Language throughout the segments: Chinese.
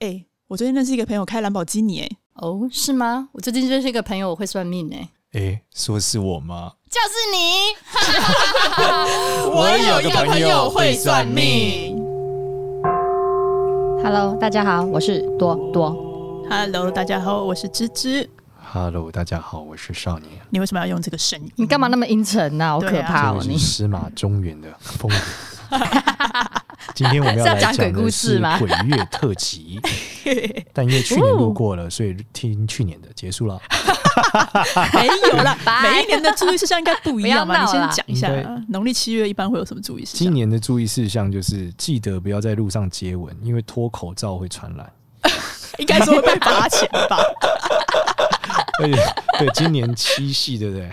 哎、我最近认识一个朋友开兰博基尼、哎，哦，是吗？我最近认识一个朋友，我会算命哎、诶，说是我吗？就是你。我有个朋友会算命。 Hello，大家好，我是多多。 Hello，大家好，我是芝芝。 Hello，大家好，我是少年，你为什么要用这个声音？ 你干嘛那么阴沉呐、好可怕这哦！位是你司马中原的风格。 今天我们要来是要讲讲鬼的故事是吗，鬼月特辑，但因为去年录过了，所以听去年的结束了。没有啦拜每一年的注意事项应该不一样吧？不要你闹啦先讲一下应该，农历七月一般会有什么注意事今项？年的注意事项就是记得不要在路上接吻，因为脱口罩会传染。应该说会被罚钱吧？ 而且，对，今年七夕，对不对？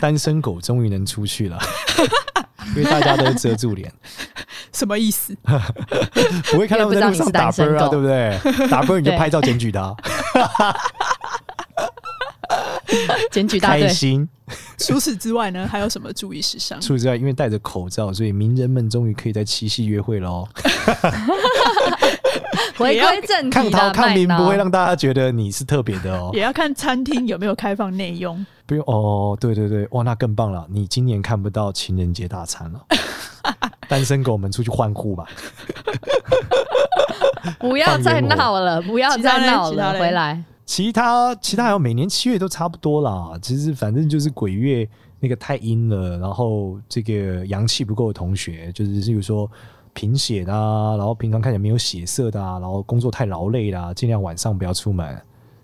单身狗终于能出去了，因为大家都遮住脸。什么意思？不会看到他们在路上打因啵为啊，不知对不 对？打啵你就拍照检举他， 检举大开队，心。除此之外呢，还有什么注意事项？除此之外，因为戴着口罩，所以名人们终于可以在七夕约会 喽。回归正抗题逃啦，抗麦民脑不会让大家觉得你是特别的 哦也，要看餐厅有没有开放内用。不用哦，对对对，哇，那更棒了！你今年看不到情人节大餐 了，单身狗们出去欢呼吧。不要再闹了，不要再闹其他嘞其他了，嘞回来。其他其他还有每年七月都差不多啦，其实反正就是鬼月那个太阴了，然后这个阳气不够的同学，就是例如说贫血的、啊，然后平常看起来没有血色的、啊，然后工作太劳累啦、尽量晚上不要出门，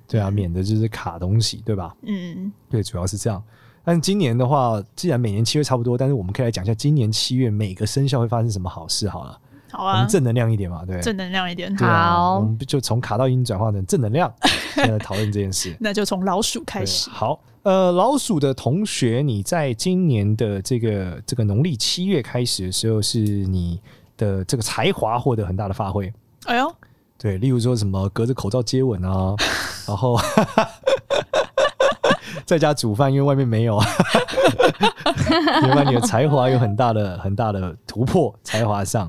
对啊，免得就是卡东西，对吧？嗯，对，主要是这样。但是今年的话，既然每年七月差不多，但是我们可以来讲一下今年七月每个生肖会发生什么好事好了，好我啊们，正能量一点嘛，对。正能量一点。对啊好我们就从卡到阴转化成正 能量，现在来讨论这件事。那就从老鼠开对始。好，呃，老鼠的同学，你在今年的这个这个农历七月开始的时候，是你的这个才华获得很大的发挥。哎呦，对，例如说什么隔着口罩接 吻啊，然后 在家煮饭，因为外面 没有，原来你的才华有很大的很大的突破，才华上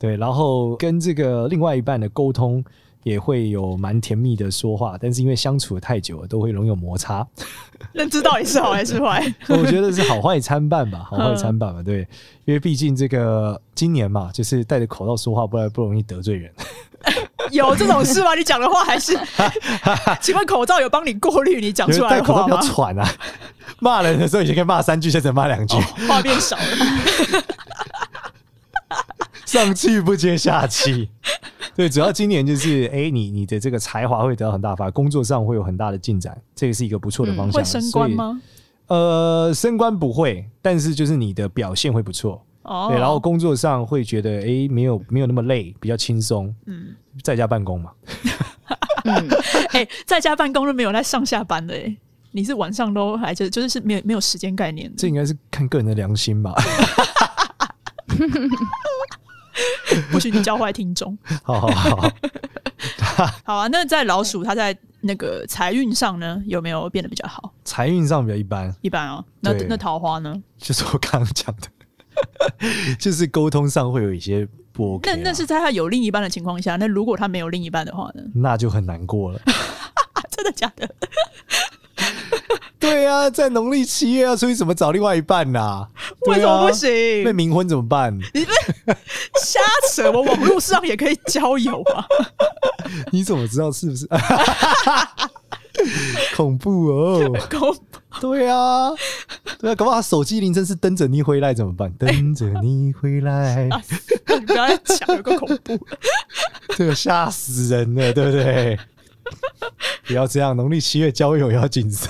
对，然后跟这个另外一半的沟通也会有蛮甜蜜的说话，但是因为相处的太久了，都会容易有摩擦。认知到底是好还是坏？ 我觉得是好坏参半吧，嗯好坏参半吧，对，因为毕竟这个今年嘛，就是戴着口罩说话，不然不容易得罪人。有这种事吗？你讲的话还 是？请问口罩有帮你过滤你讲因出为来戴的口罩话比较吗？喘 啊，骂人的时候以前可以骂三句，现在只能骂两句，话变少了， 上气不接下气。对，主要今年就是，哎、你你的这个才华会得到很大发，工作上会有很大的进展，这个是一个不错的方嗯向。会升官吗？所以？呃，升官不会，但是就是你的表现会不错。哦对，然后工作上会觉得，哎、没有没有那么累，比较轻松，嗯，在家办公嘛。嗯，哎、在家办公都没有在上下班的哎、你是晚上都还就就是没有没有时间概念的这应该是看个人的良心吧。不许你教坏听 众。好好好，好啊，那在老鼠它在那个财运上呢，有没有变得比较好？财运上比较一般，一般哦，那对那桃花呢？就是我刚刚讲的，就是沟通上会有一些不 OK，啊那啦那是在他有另一半的情况下，那如果他没有另一半的话呢？啊那就很难过了。真的假的？对啊，在农历七月要出去怎么找另外一半呐、对为什么不啊？被行？冥婚怎么办？瞎扯！我网络上也可以交友 啊。你怎么知道是不 是？恐怖哦！狗对啊，对啊，搞不好他手机铃声是等着你回来怎么办？等着你回哎来，不要再讲，有个恐怖。 这个吓死人了，对不 对？不要这样，农历七月交友要谨 慎。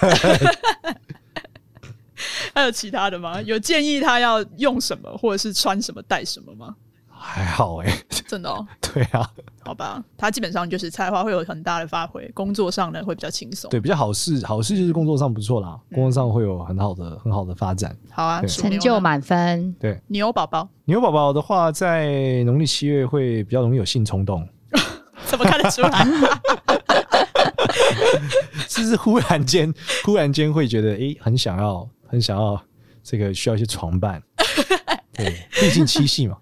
还有其他的吗？有建议他要用什么，或者是穿什么、带什么吗？还好哎、真的哦，对啊，好吧，他基本上就是才华会有很大的发挥，工作上呢会比较轻松。对，比较好事，好事就是工作上不错啦，工作上会有很好的很好的发展。好啊，对属牛成呢就满分，对，牛宝宝，牛宝宝的话，在农历七月会比较容易有性冲动， 怎么看得出来？ 就是忽然间，忽然间会觉得，诶，很想要，很想要 这个需要一些床伴。对，毕竟七夕嘛，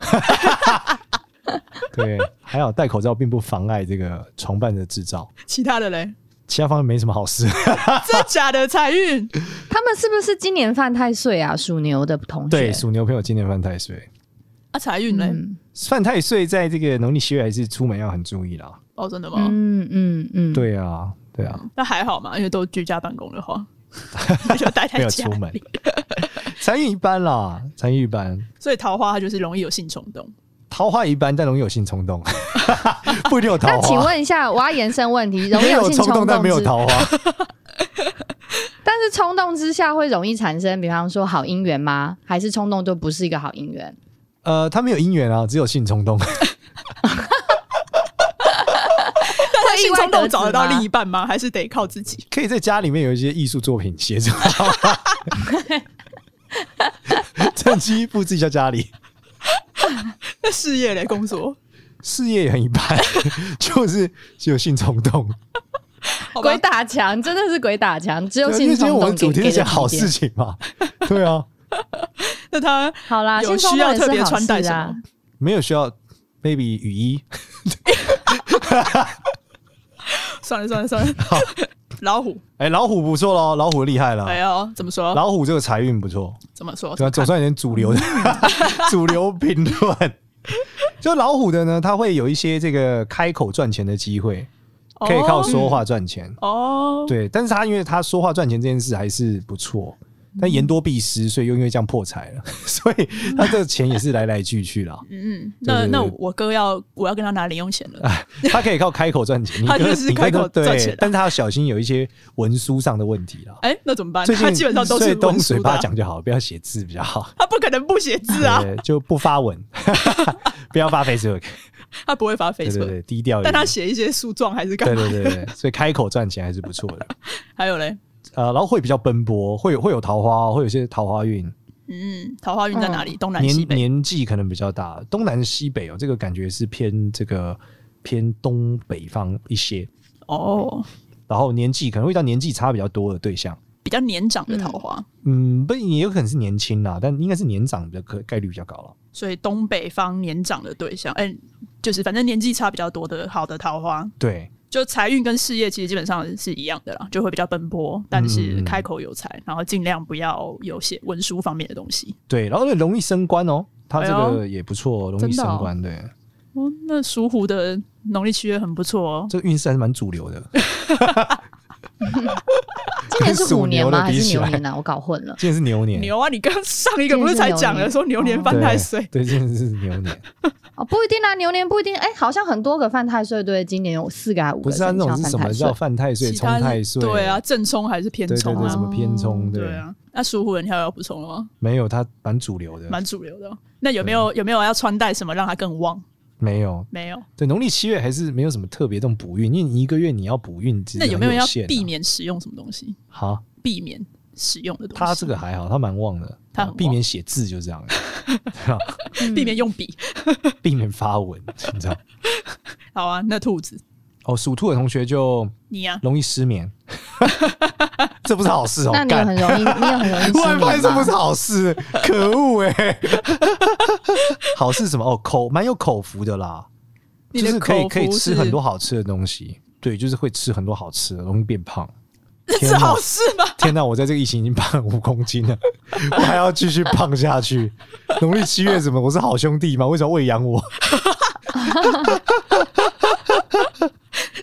对，还好戴口罩并不妨碍这个床伴的制造，其他的嘞，其他方面没什么好事。真假的财运，他们是不是今年犯太岁啊？属牛的同学，对，属牛朋友今年犯太岁，啊，财运嘞，嗯犯太岁在这个农历七月还是出门要很注意啦。哦，真的吗？嗯嗯嗯，，对啊，对啊，那还好嘛，因为都居家办公的 话， 就待在没有家出，门， 财运一般啦，财运一般。所以桃花它就是容易有性冲动。桃花一般，但容易有性冲动， 不一定有桃那花。请问一下，我要延伸问 题，容易没有性冲动，但没有之桃花。 但是冲动之下会容易产生，比方说好姻缘吗？还是冲动就不是一个好姻缘？呃，他没有姻缘啊，只有性冲动。 但 他性冲动找得到会意外得子吗另一半吗？还是得靠自己？ 可以在家里面有一些艺术作品协助，趁机布置一下家里。那事业嘞，工 作，事业也很一般， 就是有性冲动。好吧鬼，打墙真的是鬼打墙，只有啊因性为今冲天动我们主题给是讲好。给的事提点 情嘛，对啊，那他好啦，有性冲需动要也特别是好穿戴事什啊么。？没有需要 maybe 雨衣，算了算了算了， 老虎，哎、老虎不错咯，老虎厉害了，哎呦，怎么说？老虎这个财运不错，怎么说？对吧？啊总算有点主 流的主流评论。就老虎的呢，它会有一些这个开口赚钱的机会，可以靠说话赚钱。哦，对，但是他因为他说话赚钱这件事还是不错，嗯但言多必失，所以又因为这样破财了，所以他这个钱也是来来去去啦。嗯嗯，对那对哎那对我哥要我要跟他拿零用钱了， 他可以靠开口赚钱，你他就哥是你哥开口都对赚钱啊但是他要小心有一些文书上的问题啦。哎，那怎么办？最他近基本上都所以是都文用书嘴的巴啊，讲哎就好，不要写字比较好。他不可能不写字啊，对，就不 发文，不要发 Facebook，他不会发对对 Facebook，对，低调一但点。他写一些诉状还是干对嘛？对对对，所以开口赚钱还是不错 的。还有嘞，呃，然后会比较奔波，会有会有桃花，会有一些桃花运。嗯，桃花运在哪里？东南西哦年北。年纪可能比较大，东南西北哦，这个感觉是偏这个偏东北方一些，哦，然后年纪可能会遇到年纪差比较多的对象，比较年长的桃花，嗯，不也有可能是年轻啦，但应该是年长的可概率比较高了。所以东北方年长的对象，哎、就是反正年纪差比较多的好的桃花，对，就财运跟事业其实基本上是一样的啦，就会比较奔波，但是开口有财，然后尽量不要有写文书方面的东西。对，然后也容易升官哦，他这哎个呦也不错哦，容易真的哦升官，对，哦，那属虎的农历七月很不错哦。这个运势还是蛮主 流的。今年 是虎年吗？还跟属牛的比是起来牛年啊？我搞混了。今年是牛年，牛啊！你刚上一个不是才讲了说牛年犯对太岁，对，今年是牛年，哦，不一定啊，牛年不一定。哎、好像很多个犯太岁，对，今年有四个还五个不是啊，生那肖种是犯什太么岁叫。犯太岁、其冲他是太岁？对啊，，正冲还是偏对对冲对，什啊？么偏冲？对啊，那属虎的你还有要补充的吗？没有，它蛮主流的，蛮主流的哦。那有没有有没有要穿戴什么让它更旺？没有。没有。对，农历七月还是没有什么特别这种补运，因为你一个月你要补运，其实那有很没有有要限啊避？免使用什么东西？好，避免使用的东西？他这个还好，他蛮旺的，他啊很旺避免写字就 这样， 嗯避嗯免用笔。避免发文，你知道？好啊，那兔子哦，属兔的同学就你啊呀、 容易失眠， 这不是好事哦。那你有干很容易，你有很容易 突然发现失这眠不是吗？好事，可恶哎、 好事什么？哦，口蛮有口福的啦，你就的是可以口可以福吃是很多好吃的东西，对，就是会吃很多好吃的，容易变胖。 天是啊哪好事吗？ 天哪，我在这个疫情已经胖五公斤了，我还要继续胖下去。农历七月怎么？我是好兄弟吗？为什么要喂养我？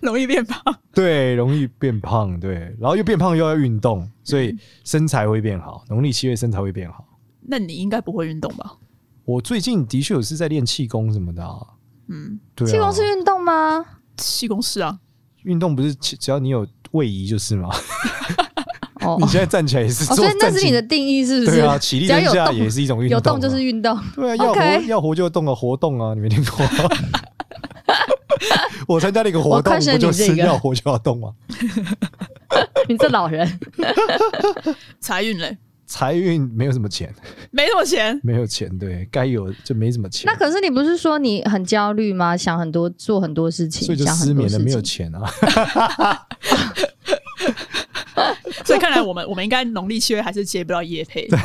容易变胖。对，容易变胖，对，然后又变胖又要运动，嗯所以身材会变好。农历七月身材会变好。那你应该不会运动吧？我最近的确有是在练气功什么的、啊，嗯，对、啊，气功是运动吗？气功是啊，运动不是只只要你有位移就是吗？哦你，现在站起来也是哦，做所以那站是起你的定义是不是？对啊，起立只要蹲有下动也是一种运动啊，有动就是运动。 对啊，要活 OK 要活就动啊，活动啊，你没听过？ 我参加了一个活我动，看上不你就这是个要活就要动吗？你这老人，财运嘞，财运没有什么钱，没什么 钱。没有钱，对该有就没什么钱那，可是你不是说你很焦虑吗？想很多，做很多事情，所以就想失很多眠了，事情。没有钱啊。所以看来我们我们应该农历七月还是接不到夜配。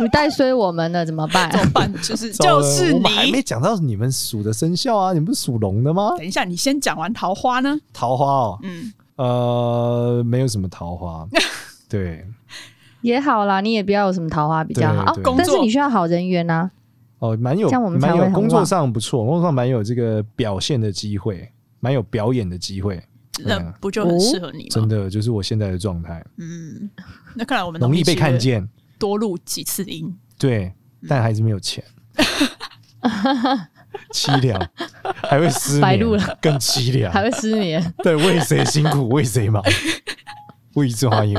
你带衰我们了，怎么 办？怎么办？就是 糟了就是我们还没你。讲到你们属的生肖啊，你们不是属龙的吗？等一下，你先讲完桃花呢？桃花哦，嗯，呃，没有什么 桃花，对，也好啦，你也不要有什么桃花比较好对对哦。但是你需要好人缘啊呐、哦，蛮有这样我，们才蛮会有很工作旺上不错，工作上蛮有这个表现的机会，蛮有表演的机会，那嗯不就很适合你真吗？的就是我现在的状态，嗯，那看来我们容易被看农历七月嗯见，多录几次音。对，但还是没 有钱，凄凉，还会失眠，白录了更凄凉，还会失眠。 对，为谁辛苦为谁忙，为之花忧。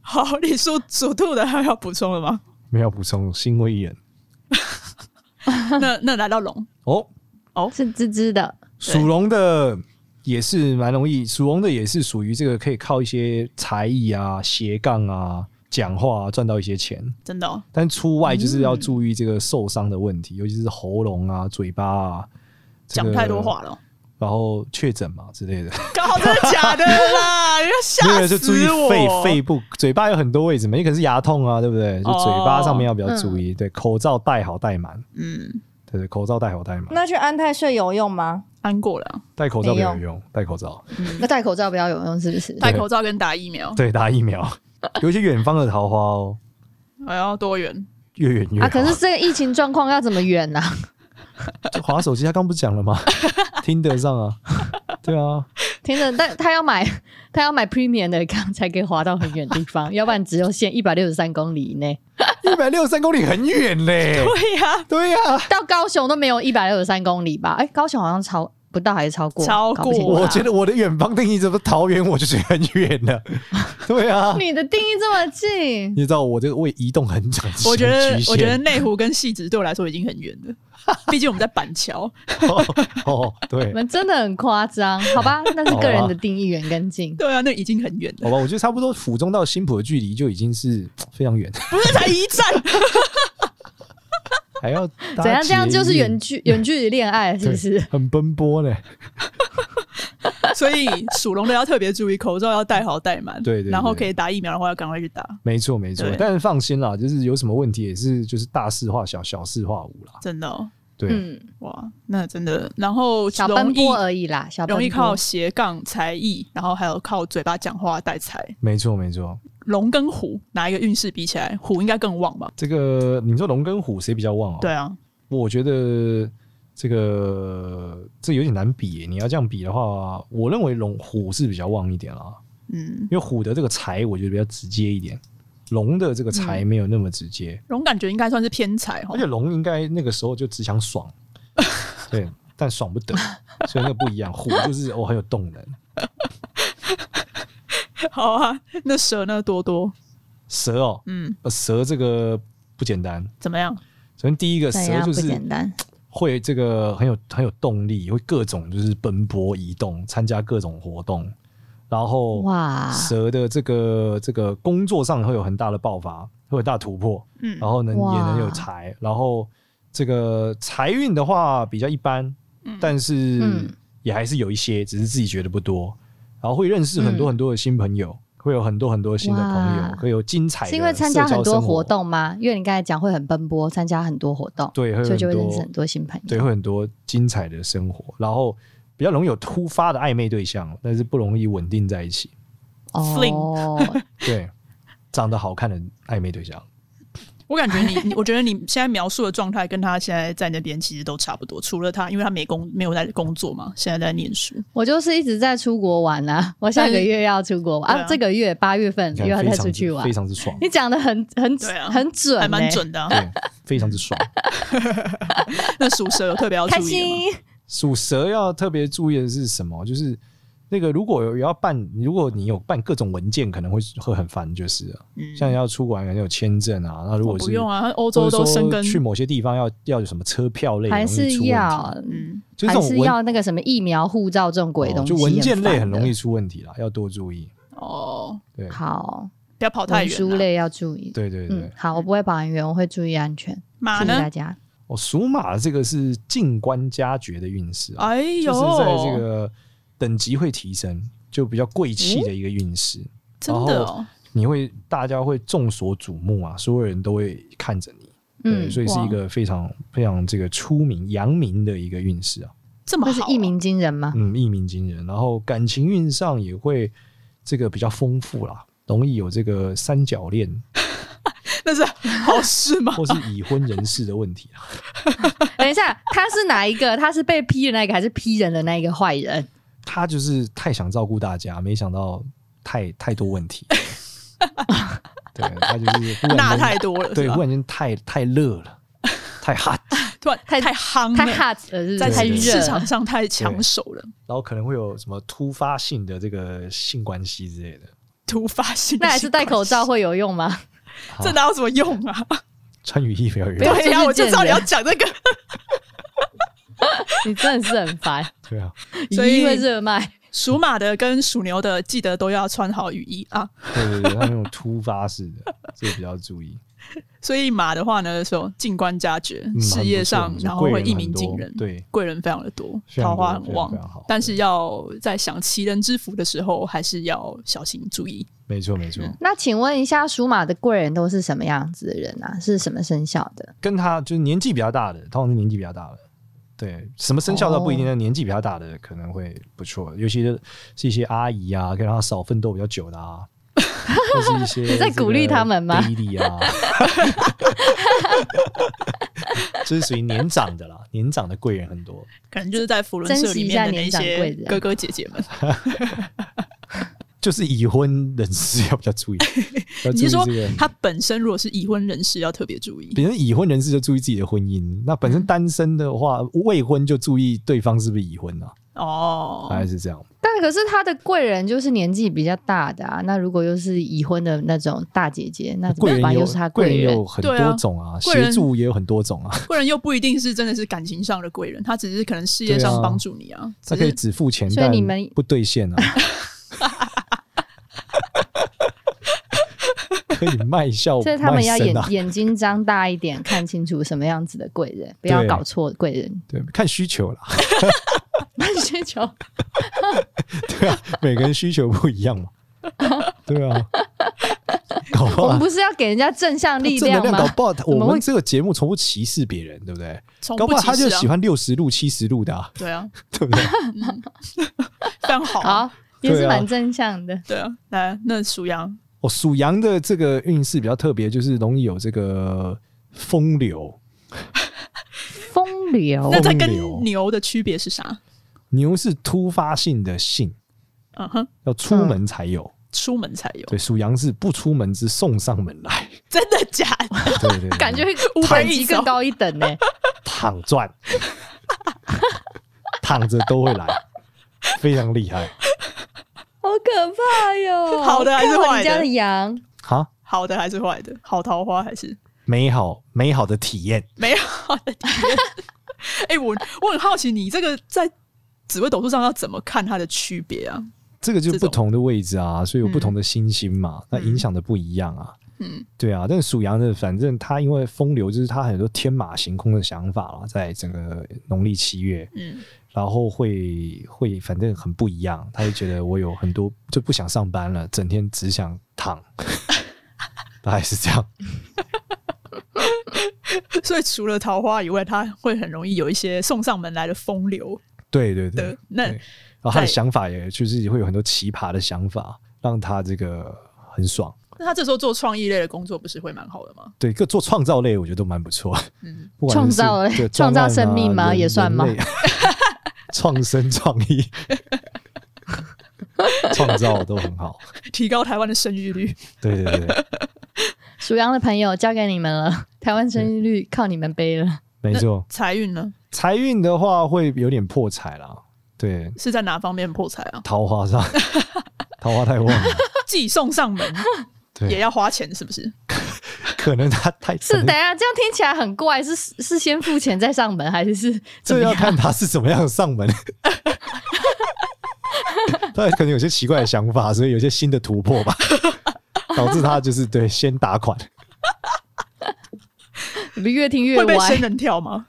好，你说属兔的还有要补充的吗？没有补充，新为一人 那那来到龙，哦。是滋滋的，属龙的也是蛮容易，属龙的也是属于这个可以靠一些才艺啊、斜杠啊、讲话啊赚到一些钱，真的、哦，但出外就是要注意这个受伤的问题，尤其是喉咙啊、嘴巴啊，这讲、个太多，话了哦。然后确诊嘛 之类的，靠，真的假的 啦？你要吓没有就注意死我！肺肺部、嘴巴有很多位置嘛，也可能是牙痛啊，对不哦对？就嘴巴上面要比较注意，对，口罩戴好戴满，嗯，对对，口罩戴好戴满，那去安泰睡有用吗？安过了，戴口罩没有没用，戴口罩。那 戴口罩比较有用，是不是？戴口罩跟打疫苗，对，打疫苗， 有一些远方的桃花哦，还要哎多远？越远越好。啊，可是这个疫情状况要怎么远啊呢、就滑手机，他刚不是讲了吗？听得上啊，对啊， 听着，但他要买， 他要买 premium 的杠才可以滑到很远的地方， 要不然只有限一百六十三公里以内。一百六十三公里很远嘞，对呀、对啊呀、到高雄都没有一百六十三公里吧？哎、高雄好像超不到还是超过？超搞不清过楚我觉得我的远方定义怎么桃园，我就觉得很远了，对啊。 你的定义这么近，你知道我这个为移动很长，我觉很得局限我觉得内湖跟戏子对我来说已经很远了， 毕竟我们在板桥。 哦，对你，们真的很夸张，好 吧？那是个人的定义远跟近。对啊，那已经很远了，好吧，我觉得差不多府中到新浦的距离就已经是非常 远，不是才一站？还要搭怎样？这样捷就是运远距远距离恋爱，是不是？很奔波嘞。所以属龙的要特别注意，口罩要戴好戴满。对对对然后可以打疫苗的话，要赶快去打，没错，没错对。但是放心啦，就是有什么问题也是就是大事化小，小事化无啦。真的、哦、对，嗯，哇，那真的。然后小容奔易波而已啦，小奔波容易靠斜杠才艺，然后还有靠嘴巴讲话带财。没错，没错。龙跟虎哪一个运势比起来，虎应该更旺吧？这个你说龙跟虎谁比较旺哦？对，啊，我觉得这个这有点难比耶。你要这样比的话，我认为龙虎是比较旺一点啦，嗯，因为虎的这个财我觉得比较直接一点，龙的这个财没有那么直接，龙感觉应该算是偏财哦哈嗯而。且龙应该那个时候就只想爽，对，但爽 不得，所以那个不一样。虎就是哦很有动能， 好啊，那蛇呢？多多，蛇哦，嗯，呃蛇这个不简单。怎么样？首先第一个怎蛇样就啊不是简单？会这个很有很有动力，会各种就是奔波移动，参加各种活动，然后哇蛇的这个这个工作上会有很大的爆发，会有很大突破，嗯然后呢哇也能有财，然后这个财运的话比较一般，但是嗯也还是有一些，只是自己觉得不多，然后会认识很嗯多很多的新朋友，会有很多很多新的朋友哇，会有精彩的是因为参加社交很多生活活，动吗？因为你刚才讲会很奔波，参加很多活动，对，会有所以就会很多认识很多新朋友。对，会很多精彩的生活，然后比较容易有突发的暧昧对象，但是不容易稳定在一起。哦，对，长得好看的暧昧对象，我感觉你，你我觉得你现在描述的状态跟他现在在那边其实都差不多，除了他，因为他没工没有在工作嘛，现在在念书。我就是一直在出国玩啊， 我下个月要出国玩对啊，啊这个月八月份你又看要非再常出之去玩非。常 之爽，你讲的很很对啊很准欸，还蛮准的啊、对，非常之爽。那属蛇有特别要开注意吗？哦心。属蛇要特别注意的是什么？就是那个如果有要办，如果你有办各种文件，可能会会很烦，就是了嗯像要出国玩，可能有签证啊，那如果哦是不用啊，他欧洲都生或者根说，去某些地方要要有什么车票类的还东西出是问题，要，嗯，就这还种是文要那个什么疫苗、护照这种鬼哦东西，就文件类很容易易。出问题啦，要多注意。哦，对，好，不要跑太文远、书啊。类要注意。对对对嗯，。好，我不会保安员，我会注意安全。马谢谢啊呢大？家。哦，属马这个是进官加爵的运势啊，哎呦，就是在这个等级会提升，就比较贵气的一个运势。真的、哦，你会大家会众所瞩目啊，所有人都会看着你，对，嗯，所以是一个非常非常这个出名扬名的一个运势啊，这么那好、是一，鸣惊人吗？嗯，一鸣惊人。然后感情运上也会这个比较丰富啦，容易有这个三角恋那是好事 吗？或是已婚人士的问题啊。等一下，他是哪一个？他是被批的那一个，还是批人的那一个坏人？他就是太想照顾大家，没想到太太多 问题。对他就是忽那然间太多了，对，是吧忽然间太太热了，太 hot，突然太太夯太了 hot 了，是不是？嗯在太这市市热个了场上太抢手了，然后可能会有什么突发性的这个性关系之类的。突发性。 那还是戴口罩，会有用吗？ 好这哪有什么用啊？穿雨衣不要雨不要衣，对呀， 啊就是我就知道你要讲这个，你真的是很烦，对啊，所以因为热卖。 属马的跟属牛的记得都要穿好雨衣啊。对对对，他那种突发式的，这个比较注意。所以马的话呢，说静观佳觉，嗯事业很上不错然后贵会人一很鸣惊多人，对，贵人非常的多，非常桃花多非很常旺非常好，但是要在想奇人之福的时候，还是要小心注意。没错没错，嗯那请问一下，属马的贵人都是什么样子的人啊？是什么生肖的？跟他就是年纪比较大的，通常是年纪比较大的。对，什么生肖倒不一定，哦但年纪比较大的可能会不错，尤其是是一些阿姨啊，可以让她少奋斗比较久的 啊，或是一些你在这个鼓励她们吗弟弟啊， 这是属于年长的啦，年长的贵人很多。可能就是在福伦社里面的那珍惜一下年长些贵人哥哥姐姐们，就是已婚人士要比较 注意，要你注意是说这个。他本身如果是已婚人士，要特别注意。本身已婚人士就注意自己的婚姻，那本身单身的话，未婚就注意对方是不是已婚啊，哦大，概是这样。但可是他的贵人就是年纪比较大的啊。那如果又是已婚的那种大姐姐，那怎贵么人办？有又是他贵贵人，有哦很对啊多种啊，贵人协助也有很多种啊，贵人又不一定是真的是感情上的贵人，他只是可能事业对上啊帮助你啊。 他只可以是只付钱，所以但你们不 兑现啊，可以卖笑所以他卖们要眼身啊，眼睛张大一点，看清楚什么样子的贵人，不要对搞错贵人。 对，看需求啦，那需求对啊，每个人需求不一样嘛，对啊，搞不我好啊们。不是要给人家正向力正能量量吗？搞不好，么我会们这个节目从不歧视别人，对不对？从搞不不好歧他就视喜啊，欢六十路、七十路的啊，对啊，对 不对？非常好啊，好，也是对啊蛮正向的。对啊。来，那属羊哦，属羊的这个运势比较特别，就是容易有这个风流，风流那这跟风流牛的区别是啥？牛是突发性的性，嗯哼，要出门才有。出门才有，对，属羊是不出门之送上门来。真的假的？对对对，对感觉坦等级更高一等呢、躺赚， 躺着都会来，非常厉害好可怕哟！好的还是看好坏的你家的羊？啊！好的还是坏的？好桃花还是美好美好的体验，没有好的体 验？哎、我我很好奇，你这个在紫微斗数上要怎么看它的区别啊？这个就这不种同的位置啊，所以有不同的星星嘛，那影响的不一样啊。嗯，对啊，但是属羊的，反正他因为风流，就是他很多天马行空的想法啦，在整个农历七月，嗯，然后会会反正很不一样，他就觉得我有很多就不想上班了，整天只想躺，大概是这样。 所以除了桃花以外，它会很容易有一些送上门来的风流对对对的。那对然后他的在想法也就是会有很多奇葩的想法，让他这个很爽。那他这时候做创意类的工作，不是会蛮好的吗？对，个做创造类我觉得都蛮不错，嗯，不管创是造类对创专造案生命啊吗人也算人吗类 创生创意 创造都很好。提高台湾的生育率。对对对对，属羊的朋友交给你们了，台湾生育率靠你们背了。没错。财运呢财运的话会有点破财啦，对，？是在哪方面破财 啊桃花上，桃花太旺了，寄送上门也对，要花钱，是不是？可能他太是，可等一能下这样听起来很怪，是是先付钱再上门，还是 是啊怎这么要样？看他是怎么样上门。 他可能有些奇怪的想法，所以有些新的突破 吧，导致他就是对先打款，你们越听越会被仙歪。人跳吗？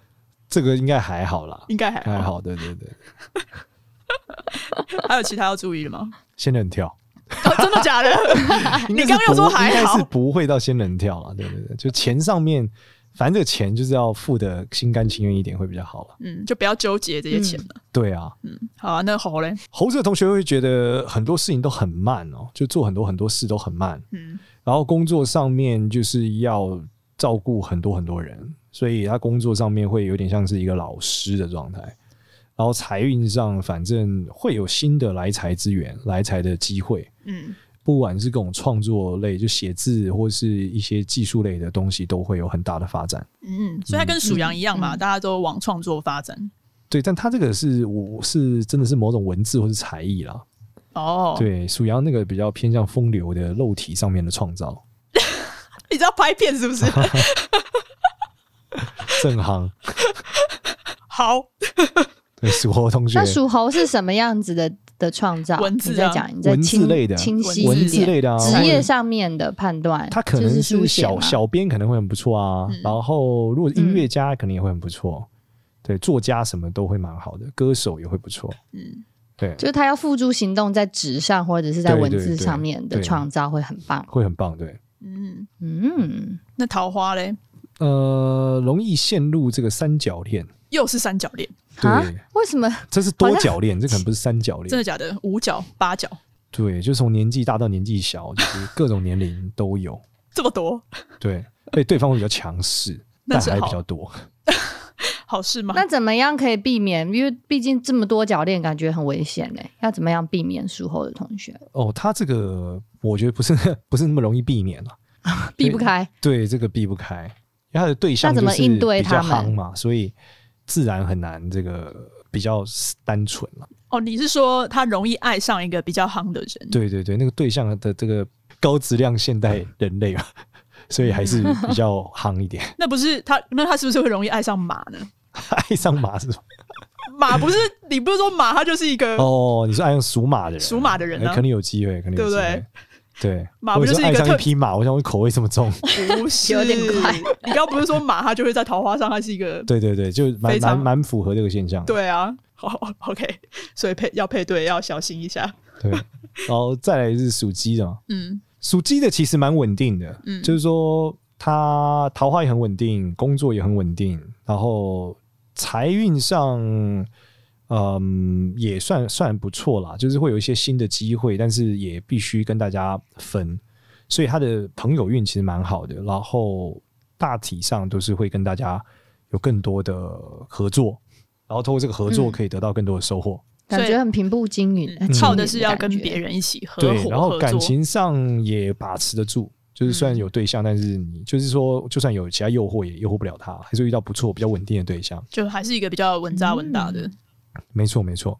这个应该还好啦，应该还好。还好，对对对，还有其他要注意的吗？ 仙人跳，哦真的假的？应该哎你是刚刚又说不还应该好是不会到仙人跳啊，对对对，就钱上面，反正这个钱就是要付的心甘情愿一点会比较好了。嗯，就不要纠结这些钱了。对啊，好啊，那好嘞，猴子的同学会觉得很多事情都很慢哦，就做很多很多事都很慢，嗯，然后工作上面就是要照顾很多很多人，所以他工作上面会有点像是一个老师的状态。然后财运上，反正会有新的来财资源、来财的机会，嗯不管是各种创作类，就写字或是一些技术类的东西，都会有很大的发展。嗯，所以它跟属羊一样嘛，大家都往创作发展。对，但他这个是我是真的是某种文字或是才艺啦。哦，对，属羊那个比较偏向风流的肉体上面的 创造，你知道拍片是不是？正行。好，对，属猴同学那，属猴是什么样子的的创造？文字啊你再讲，你再文字清类的啊清晰文一字点。类的啊，职业或者上面的判断，他可就能是书是写小嘛小编可能会很不错啊，嗯然后如果是音乐家可能也会很不错，对，作家什么都会蛮好的，歌手也会不错，嗯，对，就是他要付诸行动，在纸上或者是在对文对字对上面的对创造会很棒。会很棒，对。嗯，嗯，那桃花嘞，呃，容易陷入这个三角恋，又是三角恋，啊对，为什么？这是多角恋，这可能不是三角真恋的。假的？五角、八角对，就从年纪大到年纪小，就是各种年龄都有。这么多，对，被对方会比较强势，那但是还好比较多。好事吗？那怎么样可以避免？因为毕竟这么多脚链，感觉很危险呢。要怎么样避免术后的同学哦，他这个我觉得不是不是那么容易避免啊。避不开？对，这个避不开，因为他的对象那怎就么是应对比较他们夯嘛，所以自然很难这个比较单纯了。哦，你是说他容易爱上一个比较夯的人？对对对，那个对象的这个高质量现代人类嘛，所以还是比较夯一点。 那不是他，那他是不是会容易爱上马呢？爱上马是什么？马不是你不是说马，它就是一个、哦，你是爱上属马的人，属马的人啊哎可能有机会，可能有机对会。对，马我不就是爱一个上特一匹马，我想问口味这么重，不是有点快。你刚刚不是说马，它就会在桃花上，它是一 个对对对，就蛮非常蛮蛮符合这个现象。对啊。好，OK，所以配要配对要小心一下。对，然后再来是属鸡的嘛，嗯属鸡的其实蛮稳定的，嗯就是说他桃花也很稳定，工作也很稳定，然后财运上，嗯，也算算不错啦，就是会有一些新的机会，但是也必须跟大家分，所以他的朋友运其实蛮好的，然后大体上都是会跟大家有更多的合作，然后通过这个合作嗯可以得到更多的收获。感所以觉很平步青云，嗯，靠的是要跟别人。人一起合对，伙然后合感作。情上也把持得住，就嗯是虽然有对象，但是你就是说，就算有其他诱惑，也诱惑不了他，还是会遇到不错、比较稳定的对象。就还是一个比较稳扎稳打的，没错，没错，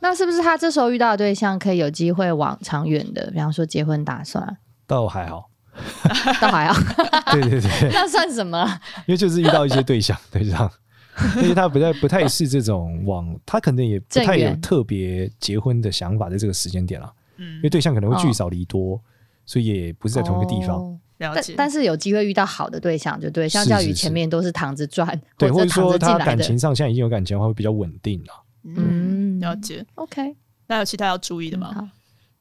那是不是他这时候遇到的对象可以有机会往长远的，比方说结婚打算，倒 还好。倒 还好，对对对，那算什么？啊因为就是遇到一些对 象，对象，而且他不太不太是这种往，他可能也不太正有缘特别结婚的想法，在这个时间点啦，因嗯为，对象可能会聚哦少离多，所以也不是 在同一个地方。哦了但解。但是有机会遇到好的对象，就对，相是较是于是前面都是躺着赚，对，或或者者躺着说他进来感的情。上现在已经有感情的话，会比较稳定了。嗯，嗯了解。 OK，那有其他要注意的吗？好，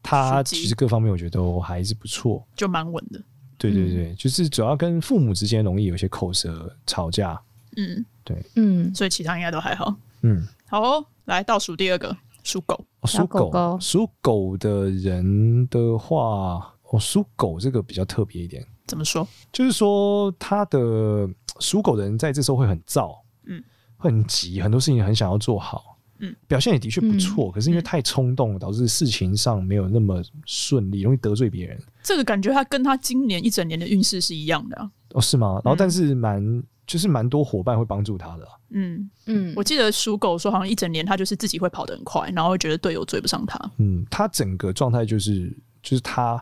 他属鸡其实各方面我觉得都还是不错。就蛮稳的。对对对，就是主要跟父母之间容易有一些口舌吵架。嗯，嗯，所以其他应该都还好。嗯，好哦，来倒数第二个，属狗。哦小属狗狗属狗的人的话，哦，属狗这个比较特别一点，怎么说？就是说他的属狗的人在这时候会很躁，嗯，会很急，很多事情很想要做好，嗯，表现也的确不错，可是因为太冲动了，导致事情上没有那么顺利，容易得罪别人。这个感觉它跟它今年一整年的运势是一样的啊、哦，是吗？然后嗯但是蛮、就是蛮多伙伴会帮助他的啊、嗯，嗯，我记得属狗说好像一整年它就是自己会跑得很快，然后会觉得队友追不上它。嗯，他整个状态就是就是他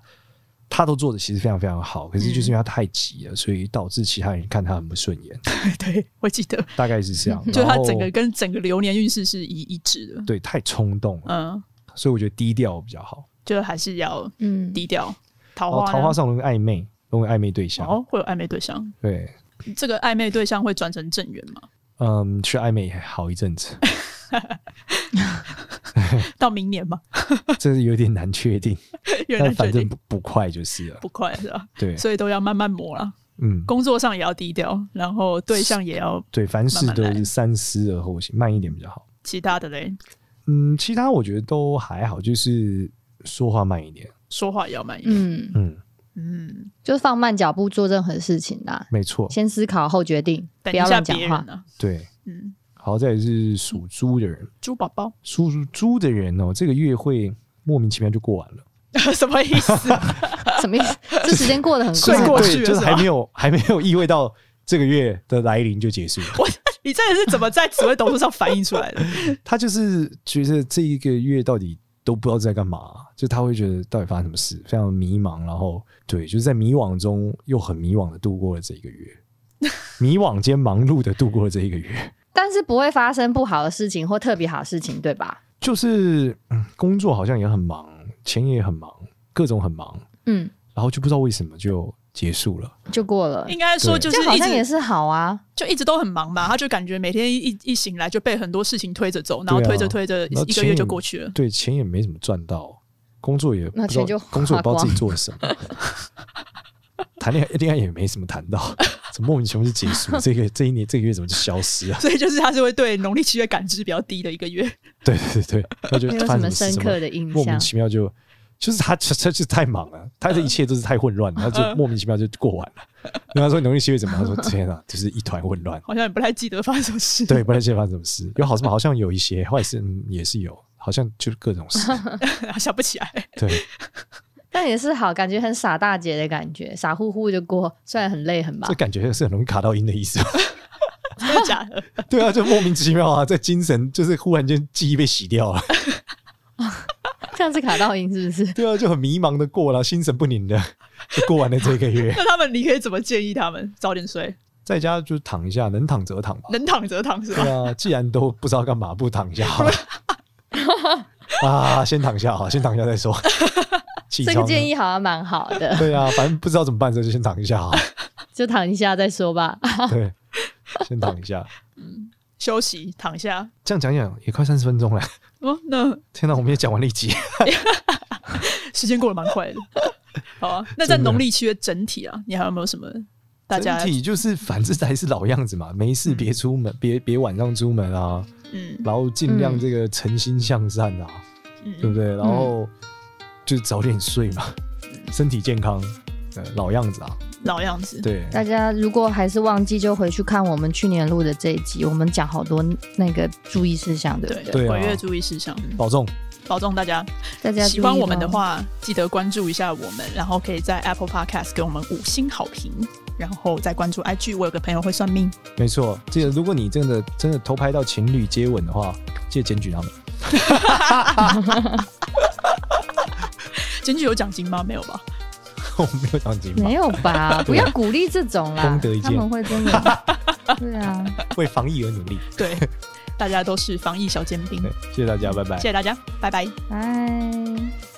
他都做的其实非常非常好，可是就是嗯因为他太急了，所以导致其他人看他很不顺眼，对，我记得，大概是这样。 就它然后整个跟整个流年运势是一一致的。对太冲动了，嗯，所以我觉得低调比较好。就还是要嗯，低调。桃然后花呢，哦桃花上容易暧昧，容易暧昧对象，哦，会有暧昧对象，对，这个暧昧对象会转成正缘吗？嗯，去暧昧好一阵子。 到明年 嘛，这是有点难确定，有但人反决正定不不快就是了。不快是吧？对，所以都要慢慢磨了，嗯，工作上也要低调，然后对象也要对，凡事慢都慢来是三思而后行，慢一点比较好。其他的嘞，嗯，其他我觉得都还好，就是说话慢一点。说话也要慢一点。嗯，嗯，嗯，就是放慢脚步做任何事情啦，没错，先思考后决定，等不一要下乱讲别人话。啊，对。嗯， 好，再来是属猪的人，猪宝宝属猪的人哦，这个月会莫名其妙就过完了，什么意思？ 啊什么意思？ 这时间过 得很睡快，过对去了就是是还吧没有还没有意会到这个月的来临就结束了。我你这个是怎么在紫微斗数上反映出来的？ 他就是觉得这一个月到底都不知道在干嘛，就他会觉得到底发生什么事，非常迷茫，然后对，就是在迷惘中又很迷惘的度过了这一个月，迷惘兼忙碌的度过了这一个月，但是不会发生不好的事情或特别好的事情，对吧？就是、嗯工作好像也很忙，钱也很忙，各种很忙，嗯，然后就不知道为什么就结束了。就过了。应该说就对是这样好一像也直是好啊，就一直都很忙嘛，他就感觉每天一一一醒来就被很多事情推着走，然后对啊推着推着然后一个钱月也就过去了。对，钱也没怎么赚到，工作也不那知道钱就工作也不知花道光自己做了什么，谈恋爱恋爱也没什么谈到，怎么莫名其妙就结 束？这个这一年这个月怎么就消失啊？所以就是他是会对农历七月感知比较低的一个月，对对对对，那就没有发什生么事深刻的印莫名象。其妙就就是他他他就是太忙了，他的一切都是太混乱了，嗯他就莫名其妙就过完了。然后他说农历七月怎么样？他说天啊，就是一团混乱。好像也不太记得发生什么事。对，，不太记得发生什么事，有好事吗？好像有一些，坏事、嗯、也是有，好像就是各种事。啊想不起来。 对，但也是好，感觉很傻大姐的感觉，傻乎乎就过， 虽然很累很忙这。感觉是很容易卡到音的意思。 真的假的？对啊，就莫名其妙啊，这精神就是忽然间记忆被洗掉了。这样是卡到音是不 是？对啊，就很迷茫的过了，心神不宁的就过完了这个月， 那他们，你可以怎么建议他们早点睡？在家就躺一下，能躺则躺吧。能躺则躺是对吧？啊，既然都不知道干嘛，不躺一下好了。啊，先躺下好，先躺下再说。起这床个了建议好像蛮好的， 对啊，反正不知道怎么办的时候就先躺一下好。就躺一下再说吧。对，先躺一下。休息，躺下。这样讲一讲也快三十分钟了，哦，那天哪，我们也讲完了一集。时间过得蛮快的。好啊，那在真的农历七月整体啊，你还有没有什么大家整体就是反正还是老样子嘛，没事别出门，别别晚上出门啊，嗯然后尽量这个诚心向善啊，对嗯不对？然后就早点睡嘛，身体健康，呃，老样子啊，老样子？对， 大家如果还是忘记，就回去看我们去年录的这一集，我们讲好多那个注意事项，对不对？对啊鬼月注意事项，嗯保重，保重大家。大家喜欢注意哦我们的咯，话，记得关注一下我们，然后可以在 Apple Podcast 给我们五星好评，然后再关注 IG。我有个朋友会算命，没错。记得如果你真的真的偷拍到情侣接吻的话，记得检举他们。 检举有奖金吗？没有吧？我没有奖金吧没？有 吧？不要鼓励这种啦功德一，件啊他们会真的。 对啊，为防疫而努力。对，大家都是防疫小尖兵对，，谢谢大家，拜拜谢。谢大家，拜拜。拜。